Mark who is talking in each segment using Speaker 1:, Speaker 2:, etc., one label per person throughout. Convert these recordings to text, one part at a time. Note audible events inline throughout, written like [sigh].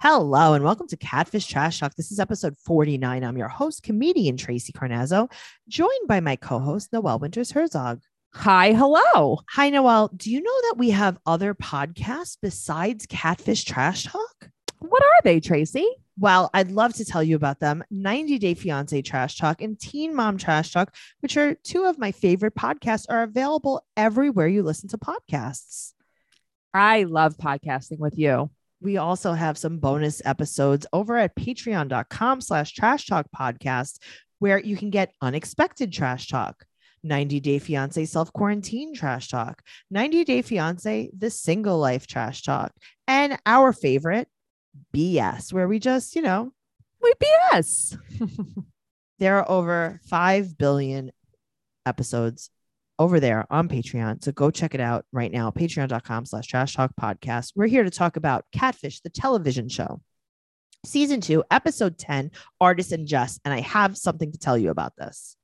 Speaker 1: Hello, and welcome to Catfish Trash Talk. This is episode 49. I'm your host, comedian Tracy Carnazzo, joined by my co host, Noelle Winters Herzog.
Speaker 2: Hi, hello.
Speaker 1: Hi, Noelle. Do you know that we have other podcasts besides Catfish Trash Talk?
Speaker 2: What are they, Tracy?
Speaker 1: Well, I'd love to tell you about them 90 Day Fiance Trash Talk and Teen Mom Trash Talk, which are two of my favorite podcasts, are available everywhere you listen to podcasts.
Speaker 2: I love podcasting with you.
Speaker 1: We also have some bonus episodes over at patreon.com slash trash talk podcast, where you can get unexpected trash talk. 90 Day Fiance Self Quarantine Trash Talk, 90 Day Fiance The Single Life Trash Talk, and our favorite, BS, where we just, you know,
Speaker 2: We BS.
Speaker 1: there are over 5 billion episodes over there on Patreon. So go check it out right now. Patreon.com slash trash talk podcast. We're here to talk about Catfish, the television show, season two, episode 10, Artist and Jess. And I have something to tell you about this.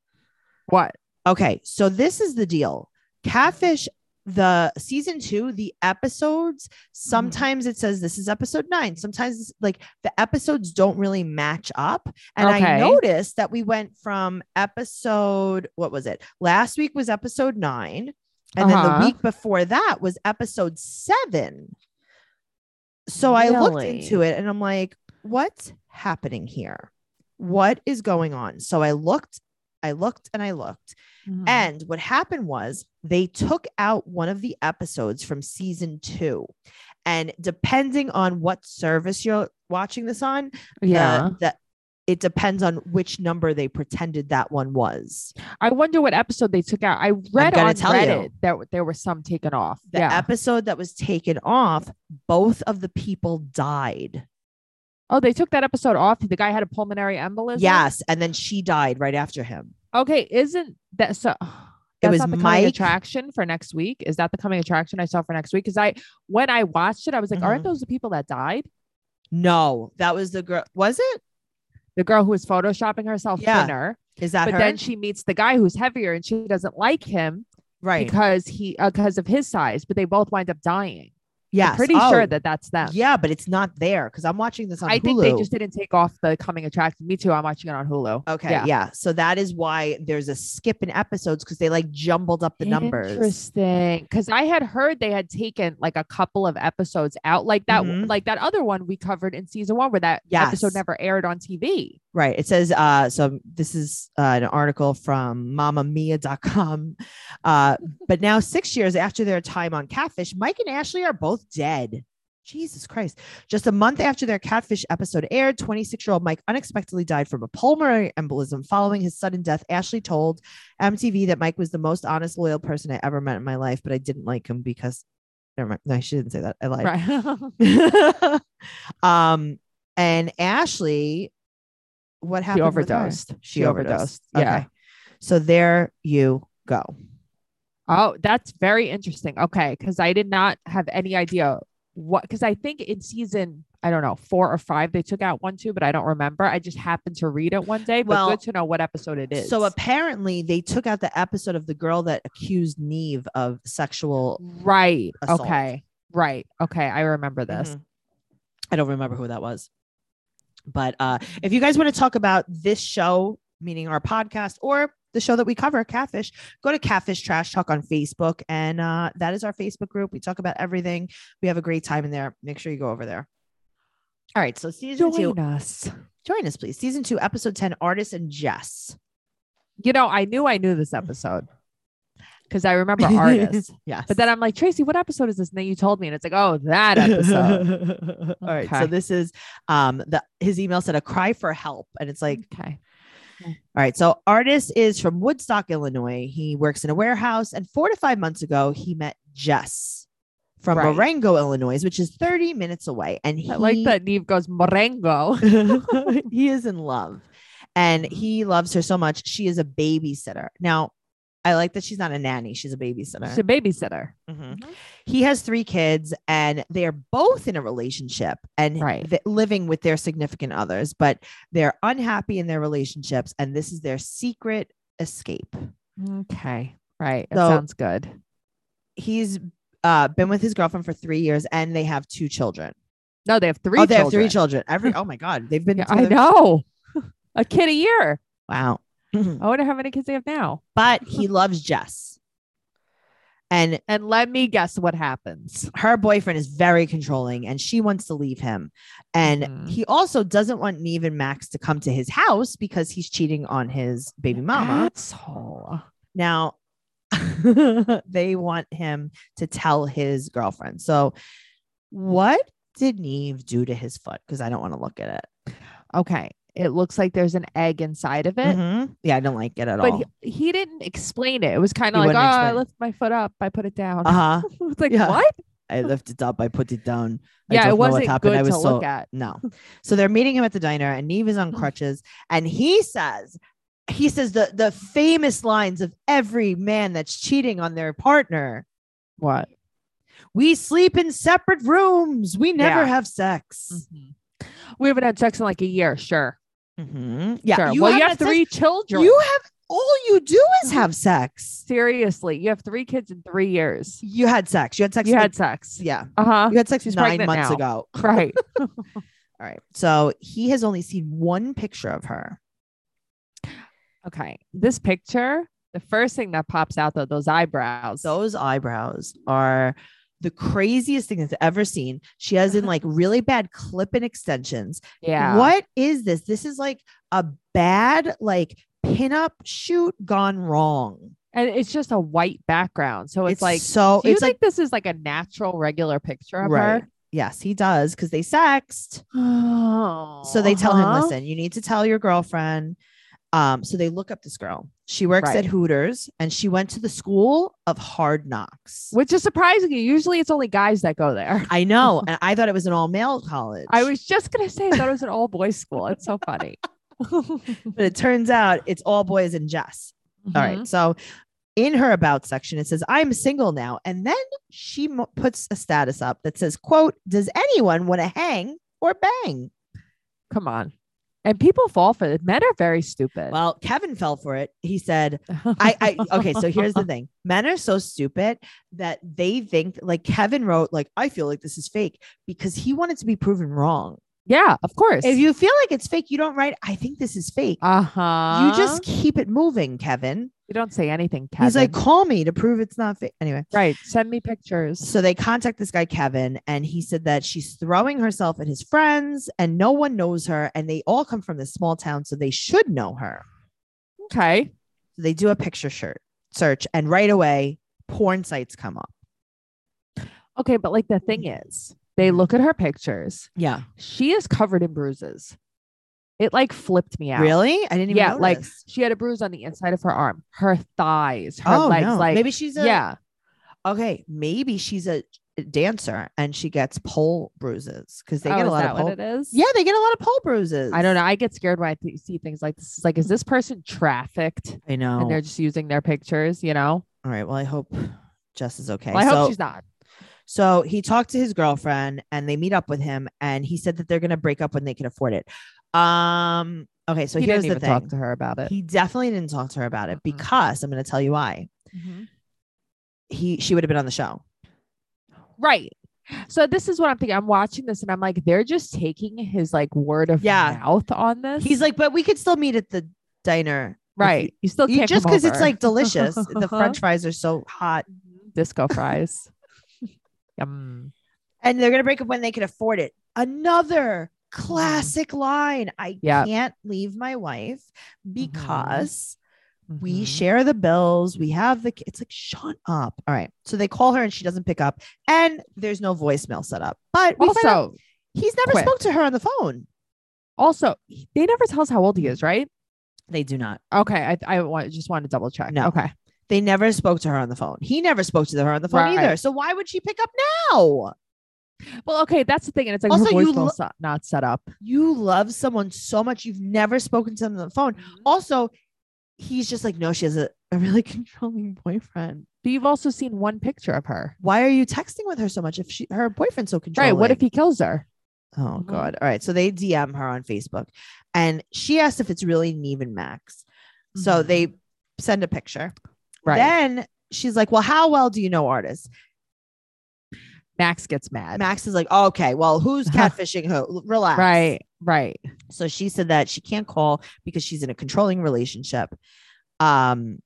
Speaker 2: What?
Speaker 1: Okay, so this is the deal. Catfish, the season two, the episodes,
Speaker 2: Mm-hmm.
Speaker 1: sometimes it says this is episode nine. Sometimes it's like the episodes don't really match up. And I
Speaker 2: Okay.
Speaker 1: noticed that we went from episode, what was it? Last week was episode nine. And then the
Speaker 2: Uh-huh.
Speaker 1: week before that was episode seven. So I looked
Speaker 2: Really?
Speaker 1: into it and I'm like, what's happening here? What is going on? So I looked, I looked, and I looked.
Speaker 2: Mm-hmm.
Speaker 1: And what happened was they took out one of the episodes from season two. And depending on what service you're watching this on, the-
Speaker 2: yeah.
Speaker 1: the- it depends on which number they pretended that one was.
Speaker 2: I wonder what episode they took out. I read
Speaker 1: gonna
Speaker 2: on
Speaker 1: tell
Speaker 2: Reddit
Speaker 1: you.
Speaker 2: that there were some taken off.
Speaker 1: The
Speaker 2: yeah.
Speaker 1: episode that was taken off, both of the people died.
Speaker 2: oh, they took that episode off. The guy had a pulmonary embolism.
Speaker 1: Yes. And then she died right after him.
Speaker 2: Okay. Isn't that so? [sighs]
Speaker 1: It
Speaker 2: that's
Speaker 1: was
Speaker 2: not the coming
Speaker 1: Mike.
Speaker 2: attraction for next week. Is that the coming attraction I saw for next week? Because I, when I watched it, I was like,
Speaker 1: Mm-hmm.
Speaker 2: aren't those the people that died?
Speaker 1: No, that was the girl. Was it?
Speaker 2: The girl who was photoshopping herself
Speaker 1: Yeah.
Speaker 2: thinner,
Speaker 1: Is that
Speaker 2: but
Speaker 1: her?
Speaker 2: then she meets the guy who's heavier, and she doesn't like him.
Speaker 1: right.
Speaker 2: because he uh, because of his size, but they both wind up dying.
Speaker 1: yes.
Speaker 2: I'm pretty
Speaker 1: Oh,
Speaker 2: sure that that's them.
Speaker 1: Yeah, but it's not there because I'm watching this on
Speaker 2: I
Speaker 1: Hulu.
Speaker 2: think they just didn't take off the coming attraction. Me too. I'm watching it on Hulu.
Speaker 1: Okay, yeah. So that is why there's a skip in episodes because they like jumbled up the numbers.
Speaker 2: Interesting. Because I had heard they had taken like a couple of episodes out, like that,
Speaker 1: Mhm.
Speaker 2: like that other one we covered in season one, where that
Speaker 1: Yes.
Speaker 2: episode never aired on TV.
Speaker 1: Right. It says, uh, so this is uh, an article from mamamia.com. Uh, but now, six years after their time on Catfish, Mike and Ashley are both dead. Jesus Christ. Just a month after their Catfish episode aired, 26 year old Mike unexpectedly died from a pulmonary embolism. Following his sudden death, Ashley told MTV that Mike was the most honest, loyal person I ever met in my life, but I didn't like him because, never mind. No, she didn't say that. I lied.
Speaker 2: Right. [laughs]
Speaker 1: [laughs] um, and Ashley, what happened?
Speaker 2: she
Speaker 1: with her?
Speaker 2: overdosed.
Speaker 1: She overdosed. Okay. So there you go.
Speaker 2: Oh, that's very interesting. Okay, because I did not have any idea what. Because I think in season, I don't know, four or five, they took out one, two, but I don't remember. I just happened to read it one day. But
Speaker 1: Well,
Speaker 2: good to know what episode it is.
Speaker 1: So apparently they took out the episode of the girl that accused Neve of sexual.
Speaker 2: right.
Speaker 1: assault.
Speaker 2: Okay. Right. Okay. I remember this.
Speaker 1: Mhm.
Speaker 2: Mm-hmm.
Speaker 1: I don't remember who that was. But uh, if you guys want to talk about this show, meaning our podcast or the show that we cover, Catfish, go to Catfish Trash Talk on Facebook. And uh, that is our Facebook group. We talk about everything. We have a great time in there. Make sure you go over there. All right. So season two,
Speaker 2: Join us.
Speaker 1: join us, please. Season two, episode 10, Artists and Jess.
Speaker 2: You know, I knew I knew this episode because I
Speaker 1: [laughs]
Speaker 2: remember artists.
Speaker 1: Yes.
Speaker 2: but then I'm like, Tracy, what episode is this? And then you told me, and it's like, oh,
Speaker 1: [laughs]
Speaker 2: that episode.
Speaker 1: All right. So
Speaker 2: Okay.
Speaker 1: this is um the his email said a cry for help. And it's like,
Speaker 2: okay.
Speaker 1: all right. So artist is from Woodstock, Illinois. He works in a warehouse. And four to five months ago, he met Jess from
Speaker 2: Right.
Speaker 1: Marengo, Illinois, which is 30 minutes away. And he
Speaker 2: I like that Neve goes Marengo.
Speaker 1: [laughs] he is in love. And
Speaker 2: Mhm.
Speaker 1: he loves her so much. She is a babysitter. Now, I like that she's not a nanny. She's a babysitter.
Speaker 2: She's a Mm-hmm. babysitter.
Speaker 1: Mhm. He has three kids, and they are both in a relationship and
Speaker 2: Right.
Speaker 1: th- living with their significant others, but they're unhappy in their relationships, and this is their secret escape.
Speaker 2: Okay. Right. It
Speaker 1: So-
Speaker 2: sounds good.
Speaker 1: He's uh, been with his girlfriend for three years, and they have two children.
Speaker 2: No, they have three.
Speaker 1: Oh, they
Speaker 2: children.
Speaker 1: have three children. Every oh my god, they've been.
Speaker 2: [laughs] Yeah, I
Speaker 1: together-
Speaker 2: know. [laughs] a kid a year.
Speaker 1: Wow.
Speaker 2: I wonder how many kids they have now.
Speaker 1: but
Speaker 2: [laughs]
Speaker 1: he loves Jess, and
Speaker 2: And let me guess what happens.
Speaker 1: her boyfriend is very controlling, and she wants to leave him, and
Speaker 2: Mhm.
Speaker 1: he also doesn't want Neve and Max to come to his house because he's cheating on his baby mama.
Speaker 2: Asshole.
Speaker 1: Now, [laughs] they want him to tell his girlfriend. So, what did Neve do to his foot? Because I don't want to look at
Speaker 2: Okay. It looks like there's an egg inside of
Speaker 1: it.
Speaker 2: it.
Speaker 1: Mhm. Yeah, I don't like it at
Speaker 2: But
Speaker 1: all.
Speaker 2: he, [laughs] he didn't explain it. It was kind
Speaker 1: He
Speaker 2: of like, oh,
Speaker 1: wouldn't
Speaker 2: I
Speaker 1: explain it."
Speaker 2: lift my foot up, I put it down.
Speaker 1: uh huh.
Speaker 2: [laughs] it's like,
Speaker 1: Yeah.
Speaker 2: what?
Speaker 1: I lifted up. I put it down. I
Speaker 2: yeah,
Speaker 1: don't know
Speaker 2: it
Speaker 1: what
Speaker 2: wasn't
Speaker 1: happened.
Speaker 2: good
Speaker 1: I was
Speaker 2: to
Speaker 1: so
Speaker 2: look at.
Speaker 1: No. So they're meeting him at the diner, and Neve is
Speaker 2: [laughs]
Speaker 1: on crutches, and he says, he says the the famous lines of every man that's cheating on their partner.
Speaker 2: What?
Speaker 1: We sleep in separate rooms. We never
Speaker 2: Yeah.
Speaker 1: have sex.
Speaker 2: We haven't had sex in like a year. Sure.
Speaker 1: Mhm. Yeah.
Speaker 2: Mm-hmm. sure. well,
Speaker 1: haven't
Speaker 2: you have
Speaker 1: had sex.
Speaker 2: three children. Mm-hmm.
Speaker 1: You have all you do is have sex.
Speaker 2: Seriously, you have three kids in three years.
Speaker 1: You had sex. You had sex.
Speaker 2: You
Speaker 1: with-
Speaker 2: had sex.
Speaker 1: yeah.
Speaker 2: Uh huh.
Speaker 1: [laughs] You had sex
Speaker 2: She's
Speaker 1: nine
Speaker 2: pregnant
Speaker 1: months
Speaker 2: now.
Speaker 1: ago.
Speaker 2: [laughs] Right.
Speaker 1: All right. So he has only seen one picture of her.
Speaker 2: Okay. This picture, the first thing that pops out though, those eyebrows.
Speaker 1: those eyebrows are the craziest thing that's ever seen. She has in
Speaker 2: [laughs]
Speaker 1: like really bad clip and extensions.
Speaker 2: yeah.
Speaker 1: What is this? This is like a bad like pinup shoot gone wrong.
Speaker 2: And it's just a white background. So it's,
Speaker 1: It's
Speaker 2: like,
Speaker 1: so
Speaker 2: do you
Speaker 1: it's
Speaker 2: think
Speaker 1: like
Speaker 2: this is like a natural, regular picture of
Speaker 1: Right.
Speaker 2: her?
Speaker 1: yes, he does because they sexed.
Speaker 2: Oh.
Speaker 1: So they tell him,
Speaker 2: huh?
Speaker 1: listen, you need to tell your girlfriend. Um, so they look up this girl. She works
Speaker 2: Right.
Speaker 1: at Hooters and she went to the school of hard knocks.
Speaker 2: Which is surprising. Usually it's only guys that
Speaker 1: [laughs]
Speaker 2: go there.
Speaker 1: I know. and I thought it was an all male college.
Speaker 2: I was just gonna say I thought it was an all boys school. It's so
Speaker 1: [laughs]
Speaker 2: funny. [laughs]
Speaker 1: but it turns out it's all boys and Jess. All
Speaker 2: Mm-hmm.
Speaker 1: right. So in her about section, it says, I'm single now. And then she mo- puts a status up that says, quote, does anyone want to hang or bang?
Speaker 2: Come on. And people fall for it. Men are very stupid.
Speaker 1: Well, Kevin fell for it. He said, I, I, okay. So here's [laughs] the thing men are so stupid that they think, like Kevin wrote, like, I feel like this is fake because he wanted to be proven wrong.
Speaker 2: [laughs] yeah, of course.
Speaker 1: If you feel like it's fake, you don't write, I think this is fake.
Speaker 2: uh-huh.
Speaker 1: you just keep it moving, Kevin.
Speaker 2: you don't say anything, Kevin.
Speaker 1: He's like, call me to prove it's not fake. Anyway.
Speaker 2: right, send me pictures.
Speaker 1: So they contact this guy, Kevin, and he said that she's throwing herself at his friends and no one knows her. And they all come from this small town, so they should know her.
Speaker 2: Okay.
Speaker 1: So they do a picture shirt search, and right away, porn sites come up.
Speaker 2: Okay, but like the thing is, they look at her pictures.
Speaker 1: Yeah.
Speaker 2: She is covered in bruises. It like flipped me out.
Speaker 1: Really? I didn't even
Speaker 2: Yeah, like
Speaker 1: notice.
Speaker 2: she had a bruise on the inside of her arm, her thighs, her
Speaker 1: oh,
Speaker 2: legs.
Speaker 1: no.
Speaker 2: Like
Speaker 1: maybe she's a,
Speaker 2: yeah,
Speaker 1: okay, maybe she's a dancer and she gets pole bruises because they
Speaker 2: Oh,
Speaker 1: get a
Speaker 2: is
Speaker 1: lot
Speaker 2: that
Speaker 1: of pole.
Speaker 2: what it is.
Speaker 1: Yeah, they get a lot of pole bruises.
Speaker 2: I don't know. I get scared when I th- see things like this. It's like, is this person trafficked
Speaker 1: I know.
Speaker 2: and they're just using their pictures? You know,
Speaker 1: all right. Well, I hope Jess is okay.
Speaker 2: Well, I
Speaker 1: So-
Speaker 2: hope she's not.
Speaker 1: So he talked to his girlfriend and they meet up with him and he said that they're going to break up when they can afford it. Um okay, so
Speaker 2: he
Speaker 1: here's
Speaker 2: didn't
Speaker 1: the
Speaker 2: even
Speaker 1: thing.
Speaker 2: talk to her about it.
Speaker 1: He definitely didn't talk to her about it
Speaker 2: Mm-mm.
Speaker 1: because I'm going to tell you why. He she would have been on the show.
Speaker 2: Right. So this is what I'm thinking. I'm watching this and I'm like, they're just taking his like word of
Speaker 1: Yeah.
Speaker 2: mouth on this.
Speaker 1: He's like, "But we could still meet at the diner." if
Speaker 2: right. You still
Speaker 1: You,
Speaker 2: can't
Speaker 1: you- just
Speaker 2: because
Speaker 1: cuz it's like
Speaker 2: [laughs]
Speaker 1: delicious. the french fries are so hot [laughs]
Speaker 2: disco fries. Yum.
Speaker 1: and they're going to break up when they can afford it. Another classic line. I
Speaker 2: Mm-hmm. Yeah. Mm-hmm.
Speaker 1: can't leave my wife because we
Speaker 2: Mhm.
Speaker 1: share the bills we have the ki- it's like shut up all right so they call her and she doesn't pick up and there's no voicemail set up but we find out
Speaker 2: also
Speaker 1: he's never
Speaker 2: quick.
Speaker 1: spoke to her on the phone
Speaker 2: also he- they never tell us how old he is, right?
Speaker 1: they do not
Speaker 2: Okay, I I want, just want to double check.
Speaker 1: No.
Speaker 2: Okay,
Speaker 1: they never spoke to her on the phone he never spoke to her on the phone
Speaker 2: Right.
Speaker 1: either so why would she pick up now
Speaker 2: well, okay, that's the thing, and it's like
Speaker 1: Also,
Speaker 2: her
Speaker 1: you
Speaker 2: voicemail's
Speaker 1: lo-
Speaker 2: not- not set up.
Speaker 1: you love someone so much you've never spoken to them on the phone also he's just like no she has a, a really [laughs] controlling boyfriend
Speaker 2: But you've also seen one picture of her,
Speaker 1: why are you texting with her so much if she her boyfriend's so controlling
Speaker 2: right? What if he kills her?
Speaker 1: Oh
Speaker 2: Mhm.
Speaker 1: God. All right. So they DM her on Facebook and she asks if it's really Neve and Max. So
Speaker 2: Mhm.
Speaker 1: they send a picture.
Speaker 2: Right.
Speaker 1: Then she's like, Well, how well do you know artists?
Speaker 2: Max gets mad.
Speaker 1: Max is like, oh, okay, well,
Speaker 2: [laughs]
Speaker 1: who's catfishing who? Relax.
Speaker 2: Right, right.
Speaker 1: So she said that she can't call because she's in a controlling relationship. Um,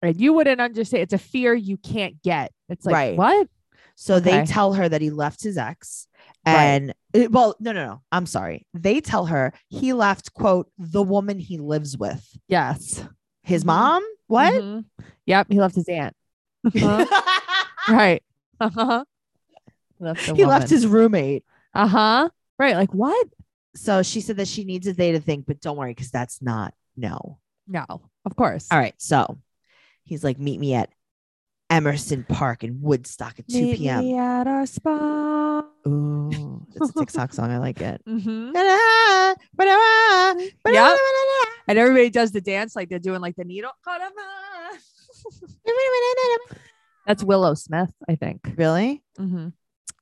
Speaker 2: And you wouldn't understand. It's a fear you can't get. It's like
Speaker 1: Right.
Speaker 2: what?
Speaker 1: so they
Speaker 2: Okay.
Speaker 1: tell her that he left his ex.
Speaker 2: Right.
Speaker 1: And eh, well, no, no, no. I'm sorry. They tell her he left, quote, the woman he lives with.
Speaker 2: Yes.
Speaker 1: His
Speaker 2: Mhm.
Speaker 1: mom? What?
Speaker 2: Mhm. Yep. He left his aunt. Uh-huh. [laughs]
Speaker 1: [laughs]
Speaker 2: right. Uh huh.
Speaker 1: he left his roommate.
Speaker 2: Uh huh. Right. Like what?
Speaker 1: So she said that she needs a day to think, but don't worry, because that's not no.
Speaker 2: No. Of course.
Speaker 1: All right. So he's like, meet me at Emerson Park in Woodstock at 2
Speaker 2: Meet
Speaker 1: p.m.
Speaker 2: me at our spa.
Speaker 1: Ooh, it's a
Speaker 2: [laughs]
Speaker 1: TikTok song. I like it.
Speaker 2: Mhm.
Speaker 1: Yeah.
Speaker 2: Yep. And everybody does the dance like they're doing like the needle. That's Willow Smith, I think.
Speaker 1: Really?
Speaker 2: Mm-hmm.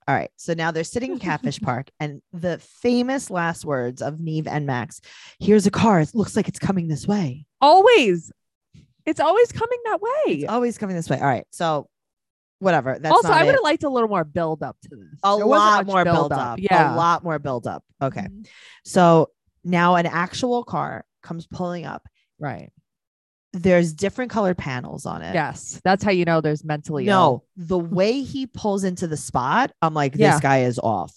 Speaker 1: All right. So now they're sitting in
Speaker 2: [laughs]
Speaker 1: Catfish Park, and the famous last words of Neve and Max here's a car. It looks like it's coming this way.
Speaker 2: Always. It's always coming that way.
Speaker 1: It's always coming this way. All right. So, whatever. That's
Speaker 2: also,
Speaker 1: not
Speaker 2: I would
Speaker 1: it.
Speaker 2: have liked a little more build up to this.
Speaker 1: a
Speaker 2: There wasn't
Speaker 1: lot
Speaker 2: much
Speaker 1: more build
Speaker 2: buildup.
Speaker 1: up.
Speaker 2: Yeah.
Speaker 1: A lot more build up. Okay.
Speaker 2: Mhm.
Speaker 1: So now an actual car comes pulling up.
Speaker 2: Right.
Speaker 1: There's different colored panels on it.
Speaker 2: Yes. That's how you know there's mentally.
Speaker 1: No,
Speaker 2: ill.
Speaker 1: the way he pulls into the spot, I'm like, this
Speaker 2: Yeah.
Speaker 1: guy is off.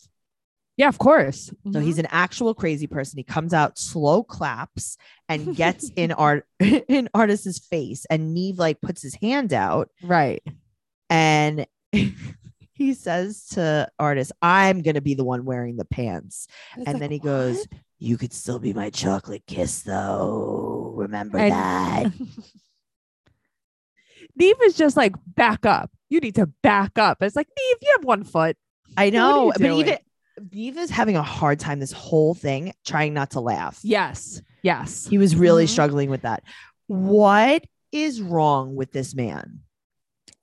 Speaker 2: Yeah, of course. Mm-hmm.
Speaker 1: So he's an actual crazy person. He comes out, slow claps, and
Speaker 2: [laughs]
Speaker 1: gets in art [laughs] in artist's face. And Neve like puts his hand out
Speaker 2: Mhm. right.
Speaker 1: and [laughs] he says to artist, I'm gonna be the one wearing the pants.
Speaker 2: It's
Speaker 1: and
Speaker 2: like,
Speaker 1: then he goes,
Speaker 2: "What?"
Speaker 1: You could still be my chocolate kiss though. Remember
Speaker 2: And- [laughs]
Speaker 1: that.
Speaker 2: Neve is just like, back up. You need to back up. It's like, Neve, you have one foot.
Speaker 1: I
Speaker 2: are you
Speaker 1: know, but
Speaker 2: doing?
Speaker 1: even Neve is having a hard time this whole thing, trying not to laugh.
Speaker 2: Yes. Yes.
Speaker 1: He was really
Speaker 2: Mhm.
Speaker 1: struggling with that. What is wrong with this man?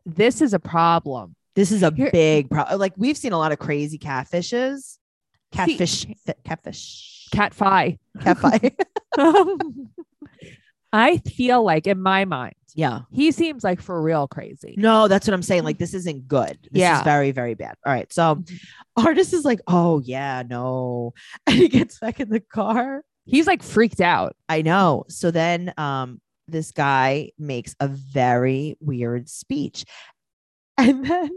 Speaker 2: This is a problem.
Speaker 1: This is a
Speaker 2: Here-
Speaker 1: big problem. Like we've seen a lot of crazy catfishes, catfish, fi- catfish, [laughs]
Speaker 2: Cat Fi. [laughs]
Speaker 1: catfish.
Speaker 2: I feel like in my mind,
Speaker 1: yeah.
Speaker 2: he seems like for real crazy.
Speaker 1: No, that's what I'm saying. Like this isn't good. This is
Speaker 2: Yeah.
Speaker 1: very, very bad. All right. So
Speaker 2: Mhm.
Speaker 1: artist is like, oh yeah, no. [laughs] And he gets back in the car.
Speaker 2: He's like freaked out.
Speaker 1: I know. So then um this guy makes a very weird speech. And then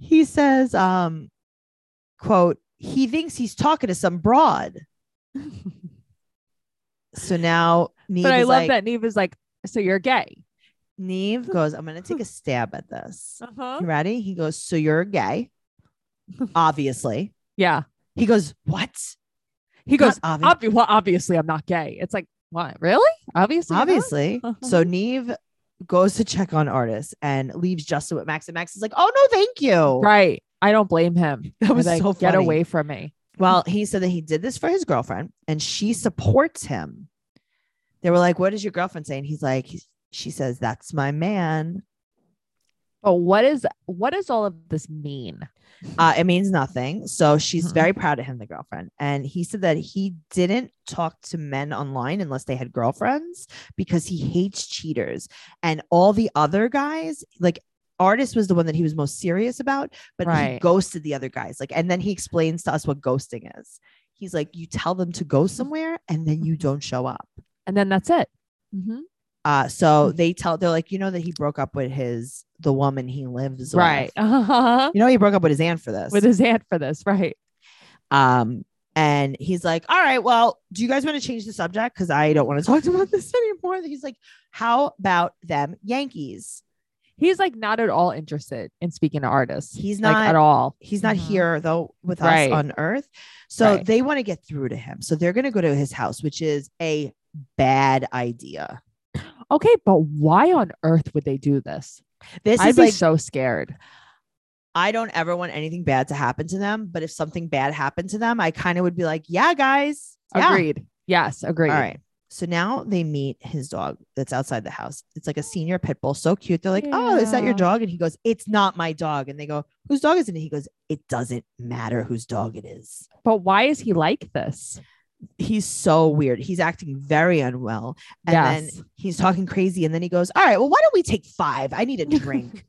Speaker 1: he says, um, quote, he thinks he's talking to some [laughs] broad. So now Neve,
Speaker 2: but I
Speaker 1: is
Speaker 2: love
Speaker 1: like-
Speaker 2: that Neve is like, so you're gay.
Speaker 1: Neve goes, I'm gonna take [laughs] a stab at this.
Speaker 2: Uh-huh.
Speaker 1: You ready? He goes, So you're gay. [laughs] Obviously.
Speaker 2: Yeah.
Speaker 1: He goes, What?
Speaker 2: He goes,
Speaker 1: Not obvi-
Speaker 2: Obvi- well, obviously I'm not gay. It's like, what? Really? Obviously. you're not?
Speaker 1: obviously.
Speaker 2: [laughs] Uh-huh.
Speaker 1: So Neve goes to check on artists and leaves Justin with Max. And Max is like, Oh no, thank you.
Speaker 2: Right. I don't blame him.
Speaker 1: That was
Speaker 2: like,
Speaker 1: so
Speaker 2: get
Speaker 1: funny.
Speaker 2: away from me.
Speaker 1: Well, he said that he did this for his girlfriend and she supports him. They were like, What does your girlfriend say? And he's like, She says, That's my man.
Speaker 2: But what is what does all of this mean?
Speaker 1: Uh, it means nothing. So she's
Speaker 2: Mhm.
Speaker 1: very proud of him, the girlfriend. And he said that he didn't talk to men online unless they had girlfriends because he hates cheaters. And all the other guys, like artist was the one that he was most serious about, but he
Speaker 2: Right.
Speaker 1: ghosted the other guys. Like, and then he explains to us what ghosting is. He's like, you tell them to go somewhere and then you don't show up.
Speaker 2: And then that's it. Mm-hmm.
Speaker 1: Uh, so
Speaker 2: Hmm.
Speaker 1: they tell they're like, you know that he broke up with his the woman he lives
Speaker 2: Right.
Speaker 1: with.
Speaker 2: Uh-huh.
Speaker 1: You know he broke up with his aunt for this.
Speaker 2: [laughs] With his hand for this, right?
Speaker 1: Um, and he's like, All right, well, do you guys want to change the subject? Because I don't want to [laughs] talk about this anymore. And He's like, How about them Yankees?
Speaker 2: He's like not at all interested in speaking to artists.
Speaker 1: He's
Speaker 2: like,
Speaker 1: not-
Speaker 2: at all.
Speaker 1: He's not
Speaker 2: Mhm.
Speaker 1: here though with
Speaker 2: Right.
Speaker 1: us on earth. So
Speaker 2: Right.
Speaker 1: they want to get through to him. So they're gonna go to his house, which is a bad idea.
Speaker 2: Okay, but why on earth would they do this?
Speaker 1: This
Speaker 2: I'd
Speaker 1: is
Speaker 2: be
Speaker 1: like
Speaker 2: so scared.
Speaker 1: I don't ever want anything bad to happen to them, but if something bad happened to them, I kind of would be like, Yeah, guys. Yeah.
Speaker 2: Agreed. Yes, agreed.
Speaker 1: All right. So now they meet his dog that's outside the house. It's like a senior pit bull, so cute. They're like, "Oh, is that your
Speaker 2: Yeah.
Speaker 1: dog?" And he goes, "It's not my dog." And they go, "Whose dog is it?" And he goes, "It doesn't matter whose dog it is."
Speaker 2: But why is he like this?
Speaker 1: He's so weird. He's acting very unwell, and
Speaker 2: yes. [laughs]
Speaker 1: then he's talking crazy. And then he goes, "All right, well, why don't we take five? I need a drink."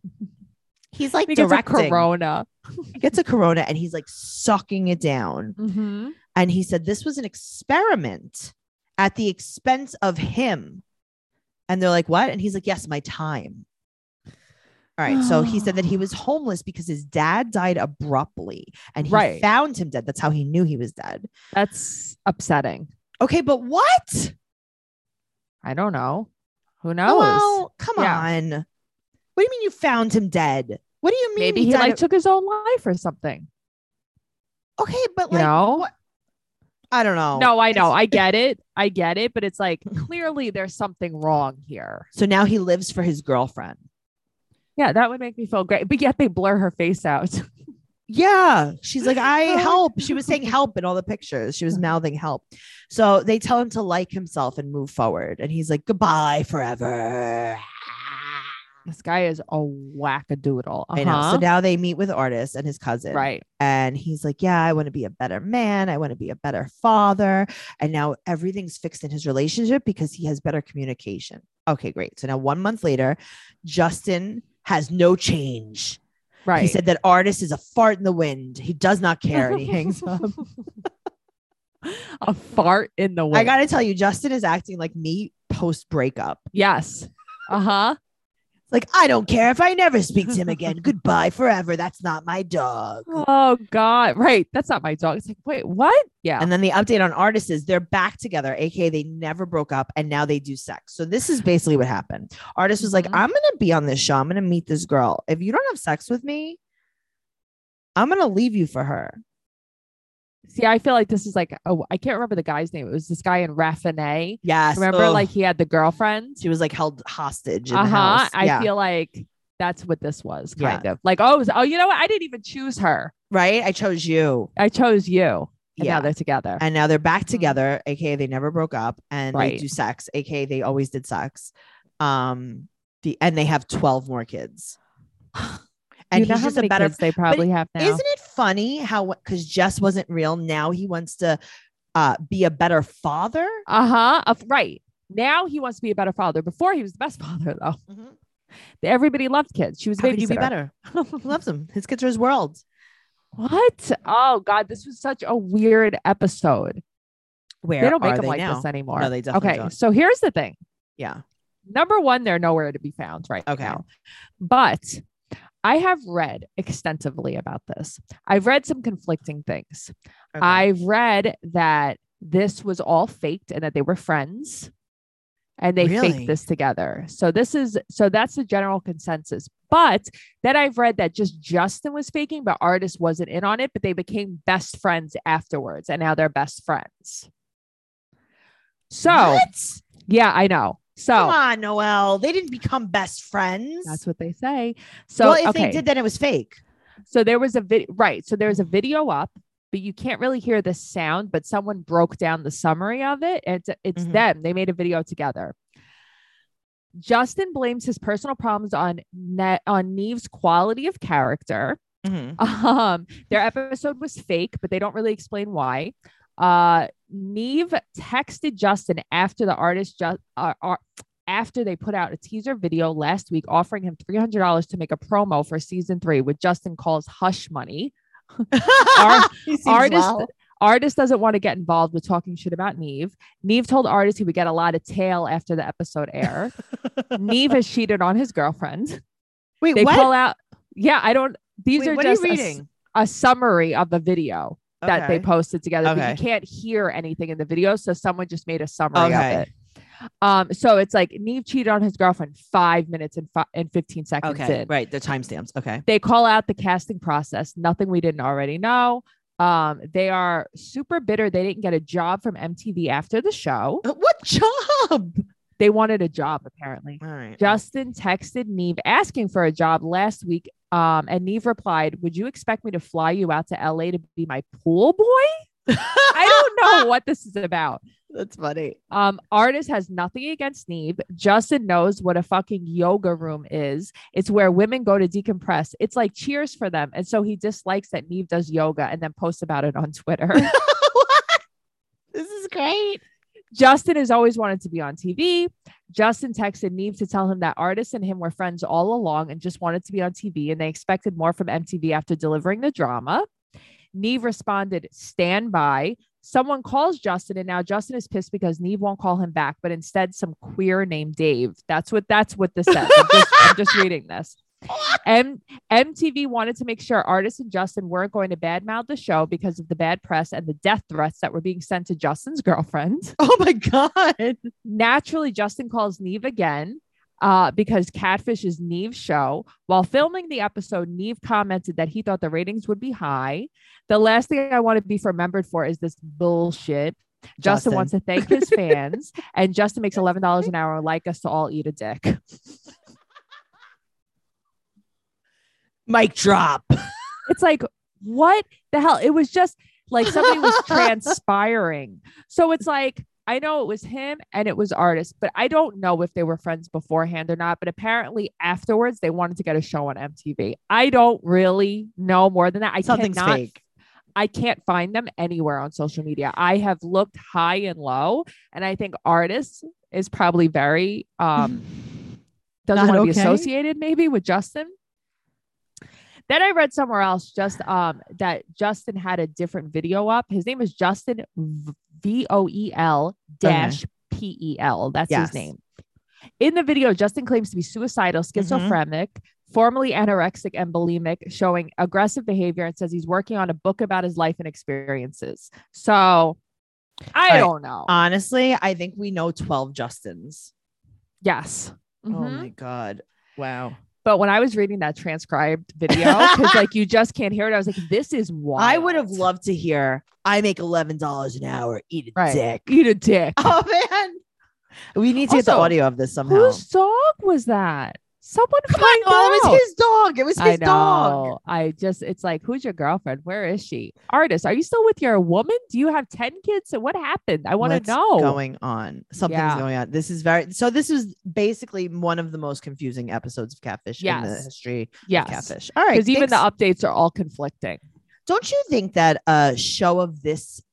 Speaker 1: He's like
Speaker 2: He gets a
Speaker 1: directing.
Speaker 2: corona.
Speaker 1: He gets a corona and he's like sucking it down.
Speaker 2: Mm-hmm.
Speaker 1: And he said this was an experiment at the expense of him. And they're like, what? And he's like, yes, my time. All right. So he said that
Speaker 2: [gasps]
Speaker 1: he was homeless because his dad died abruptly and he
Speaker 2: Right.
Speaker 1: found him dead. That's how he knew he was dead.
Speaker 2: That's upsetting.
Speaker 1: Okay. But what?
Speaker 2: I don't know. Who knows?
Speaker 1: Oh, well, come
Speaker 2: Yeah.
Speaker 1: on. What do you mean you found him dead? What do you mean?
Speaker 2: Maybe
Speaker 1: he
Speaker 2: he
Speaker 1: died
Speaker 2: like
Speaker 1: of-
Speaker 2: took his own life or something.
Speaker 1: okay, but
Speaker 2: You
Speaker 1: like,
Speaker 2: know?
Speaker 1: what- I don't know.
Speaker 2: No, I know.
Speaker 1: It's-
Speaker 2: I
Speaker 1: [laughs]
Speaker 2: get it. I get it. But it's like clearly there's something wrong here.
Speaker 1: So now he lives for his girlfriend.
Speaker 2: Yeah, that would make me feel great. But yet they blur her face out. [laughs]
Speaker 1: Yeah. She's like, I
Speaker 2: Oh my
Speaker 1: help. She was saying help in all the pictures. She was mouthing help. So they tell him to like himself and move forward. And he's like, goodbye forever.
Speaker 2: this guy is a wackadoodle. Uh-huh.
Speaker 1: I know. So now they meet with Artis and his cousin.
Speaker 2: right.
Speaker 1: And he's like, Yeah, I want to be a better man. I want to be a better father. And now everything's fixed in his relationship because he has better communication. Okay, great. So now one month later, Justin has no change.
Speaker 2: Right.
Speaker 1: He
Speaker 2: [laughs]
Speaker 1: said that artist is a fart in the wind. He does not care and he hangs up.
Speaker 2: a fart in the wind.
Speaker 1: I got to tell you, Justin is acting like me post breakup.
Speaker 2: Yes. Uh huh.
Speaker 1: Like, I don't care if I never speak to him
Speaker 2: [laughs]
Speaker 1: again. Goodbye forever. That's not my dog.
Speaker 2: Oh God. Right. That's not my dog. It's like, wait, what? Yeah.
Speaker 1: And then the update on artists is they're back together, aka they never broke up and now they do sex. So this is basically what happened. Artist was like,
Speaker 2: Mhm.
Speaker 1: I'm gonna be on this show. I'm gonna meet this girl. If you don't have sex with me, I'm gonna leave you for her.
Speaker 2: See, I feel like this is like oh, I can't remember the guy's name. It was this guy in Raffiné.
Speaker 1: Yes.
Speaker 2: Remember,
Speaker 1: Ugh.
Speaker 2: like he had the girlfriend.
Speaker 1: she was like held hostage. In
Speaker 2: Uh
Speaker 1: the
Speaker 2: huh.
Speaker 1: house.
Speaker 2: I
Speaker 1: Yeah.
Speaker 2: feel like that's what this was
Speaker 1: Yeah.
Speaker 2: kind of like. Oh, it was- oh, you know what? I didn't even choose her.
Speaker 1: right. I chose you.
Speaker 2: I chose you. And
Speaker 1: Yeah.
Speaker 2: now they're together.
Speaker 1: and now they're back
Speaker 2: Mhm.
Speaker 1: together aka they never broke up and they
Speaker 2: Right.
Speaker 1: do sex aka they always did sex um the and they have 12 more
Speaker 2: [sighs]
Speaker 1: kids and
Speaker 2: you know
Speaker 1: he's
Speaker 2: how
Speaker 1: just a
Speaker 2: many
Speaker 1: better
Speaker 2: kids they probably have now.
Speaker 1: isn't it funny how because jess wasn't real now he wants to uh be a better father
Speaker 2: Uh huh. right. Now he wants to be a better father. Before he was the best [laughs] father, though. Everybody loved kids. She was a
Speaker 1: how could you be
Speaker 2: babysitter.
Speaker 1: better he loves him his kids are his world
Speaker 2: What? Oh God, this was such a weird episode.
Speaker 1: where
Speaker 2: they don't make
Speaker 1: are
Speaker 2: them
Speaker 1: they
Speaker 2: like
Speaker 1: now?
Speaker 2: this anymore.
Speaker 1: No, they definitely
Speaker 2: okay,
Speaker 1: don't.
Speaker 2: so here's the thing.
Speaker 1: yeah
Speaker 2: Number one, they're nowhere to be found right
Speaker 1: Okay.
Speaker 2: now. But I have read extensively about this. I've read some conflicting things.
Speaker 1: okay.
Speaker 2: I've read that this was all faked and that they were friends and they
Speaker 1: Really?
Speaker 2: faked this together. So this is so that's the general consensus. But then I've read that just Justin was faking, but artist wasn't in on it, but they became best friends afterwards and now they're best friends. So
Speaker 1: What?
Speaker 2: yeah, I know.
Speaker 1: come
Speaker 2: So
Speaker 1: on noel they didn't become best friends
Speaker 2: that's what they say. So
Speaker 1: well if
Speaker 2: okay.
Speaker 1: they did then it was fake
Speaker 2: So there was a video, right? So there was a video up, but you can't really hear the sound. But someone broke down the summary of it. It's it's
Speaker 1: Mhm.
Speaker 2: them. They made a video together. Justin blames his personal problems on ne- on Neve's quality of character. Um, their episode was fake, but they don't really explain why. Uh, Neve texted Justin after the artist just uh, uh, after they put out a teaser video last week, offering him three hundred dollars to make a promo for season three, which Justin calls hush money.
Speaker 1: [laughs]
Speaker 2: [laughs] Ar-
Speaker 1: He seems
Speaker 2: artist.
Speaker 1: well.
Speaker 2: Artist doesn't want to get involved with talking shit about Neve. Neve told Artist he would get a lot of tail after the episode
Speaker 1: [laughs]
Speaker 2: air. Neve has cheated on his girlfriend.
Speaker 1: Wait,
Speaker 2: They
Speaker 1: what?
Speaker 2: pull out. Yeah, I don't. These
Speaker 1: Wait,
Speaker 2: are
Speaker 1: what
Speaker 2: just
Speaker 1: are you
Speaker 2: a s-
Speaker 1: reading?
Speaker 2: a summary of the video that they
Speaker 1: Okay.
Speaker 2: posted together, but
Speaker 1: Okay.
Speaker 2: you can't hear anything in the video. So someone just made a summary
Speaker 1: Okay.
Speaker 2: of it. Um, so it's like Neve cheated on his girlfriend five minutes and, fi- and 15 seconds
Speaker 1: Okay,
Speaker 2: in.
Speaker 1: right. The timestamps. Okay.
Speaker 2: They call out the casting process, nothing we didn't already know. Um, they are super bitter. They didn't get a job from MTV after the show.
Speaker 1: Uh, What job?
Speaker 2: They wanted a job, apparently.
Speaker 1: All right. [laughs]
Speaker 2: Justin texted Neve asking for a job last week. Um, and Neve replied, Would you expect me to fly you out to LA to be my pool boy? I don't know what this is about.
Speaker 1: [laughs] That's funny.
Speaker 2: Um, artist has nothing against Neve. Justin knows what a fucking yoga room is. It's where women go to decompress. It's like cheers for them. And so he dislikes that Neve does yoga and then posts about it on Twitter.
Speaker 1: This is great.
Speaker 2: Justin has always wanted to be on TV. Justin texted Neve to tell him that artists and him were friends all along and just wanted to be on TV, and they expected more from MTV after delivering the drama. Neve responded, Stand by. Someone calls Justin, and now Justin is pissed because Neve won't call him back, but instead some queer named Dave. That's what that's what this says. I'm just, I'm just reading this. M- MTV wanted to make sure artists and Justin weren't going to badmouth the show because of the bad press and the death threats that were being sent to Justin's girlfriend.
Speaker 1: Oh my God.
Speaker 2: Naturally, Justin calls Neve again uh, because Catfish is Neve's show. While filming the episode, Neve commented that he thought the ratings would be high. The last thing I want to be remembered for is this bullshit. [laughs] Justin,
Speaker 1: Justin.
Speaker 2: wants to thank his fans, and Justin makes eleven dollars an hour. and Like us to all eat a dick.
Speaker 1: Mic drop.
Speaker 2: It's like, what the hell? It was just like something was
Speaker 1: [laughs]
Speaker 2: transpiring. So it's like, I know it was him and it was artist, but I don't know if they were friends beforehand or not. But apparently afterwards they wanted to get a show on MTV. I don't really know more than that. I
Speaker 1: Something's
Speaker 2: cannot,
Speaker 1: fake.
Speaker 2: I can't find them anywhere on social media. I have looked high and low, and I think artist is probably very um doesn't
Speaker 1: Not
Speaker 2: want to be
Speaker 1: okay?
Speaker 2: associated maybe with Justin. Then I read somewhere else just um that Justin had a different video up. His name is Justin V O E L dash P E L. That's
Speaker 1: Yes.
Speaker 2: his name. In the video, Justin claims to be suicidal,
Speaker 1: Mm-hmm.
Speaker 2: schizophrenic, formerly anorexic and bulimic, showing aggressive behavior, and says he's working on a book about his life and experiences. So I
Speaker 1: right.
Speaker 2: don't know.
Speaker 1: Honestly, I think we know 12 Justins.
Speaker 2: yes.
Speaker 1: Oh
Speaker 2: Mhm.
Speaker 1: my God. Wow.
Speaker 2: But when I was reading that transcribed
Speaker 1: [laughs]
Speaker 2: video, because like you just can't hear it, I was like, this is wild.
Speaker 1: I would have loved to hear I make eleven dollars an hour, eat a
Speaker 2: Right.
Speaker 1: dick.
Speaker 2: [laughs]
Speaker 1: [laughs]
Speaker 2: eat a dick.
Speaker 1: Oh man. We need to get the
Speaker 2: Also,
Speaker 1: audio of this somehow.
Speaker 2: Whose dog was that? Someone
Speaker 1: I
Speaker 2: find
Speaker 1: know, it
Speaker 2: out.
Speaker 1: was his dog. It was
Speaker 2: I
Speaker 1: his dog.
Speaker 2: know. I just, it's like, who's your girlfriend? Where is she? Artist, are you still with your woman? Do you have 10 kids? So what happened? I want
Speaker 1: What's
Speaker 2: to know.
Speaker 1: Going on. Something's
Speaker 2: Yeah.
Speaker 1: going on. This is very so this is basically one of the most confusing episodes of catfish in the
Speaker 2: Yes.
Speaker 1: history of
Speaker 2: yes.
Speaker 1: catfish. All right.
Speaker 2: Because even the
Speaker 1: thanks.
Speaker 2: updates are all conflicting.
Speaker 1: don't you think that a show of this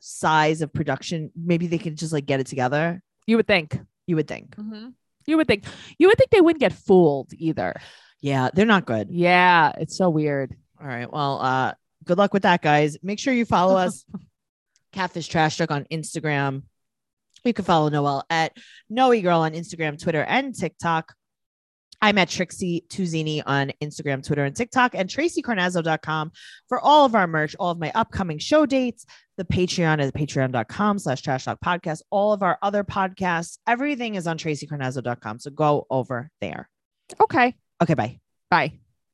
Speaker 1: size of production, maybe they could just like get it together?
Speaker 2: You would think.
Speaker 1: You would think.
Speaker 2: Mhm. You would think. You would think they wouldn't get fooled either.
Speaker 1: Yeah, they're not good.
Speaker 2: Yeah. It's so weird.
Speaker 1: All right. Well, uh, good luck with that, guys. Make sure you follow us, Catfish Trash Truck on Instagram. You can follow Noel at Noe Girl on Instagram, Twitter, and TikTok. I'm at Trixie Tuzini on Instagram, Twitter, and TikTok, and TracyCarnazzo.com for all of our merch, all of my upcoming show dates, the Patreon at patreon.com slash trash talk podcast, all of our other podcasts. Everything is on TracyCarnazzo.com. So go over there.
Speaker 2: Okay.
Speaker 1: Okay, bye.
Speaker 2: Bye.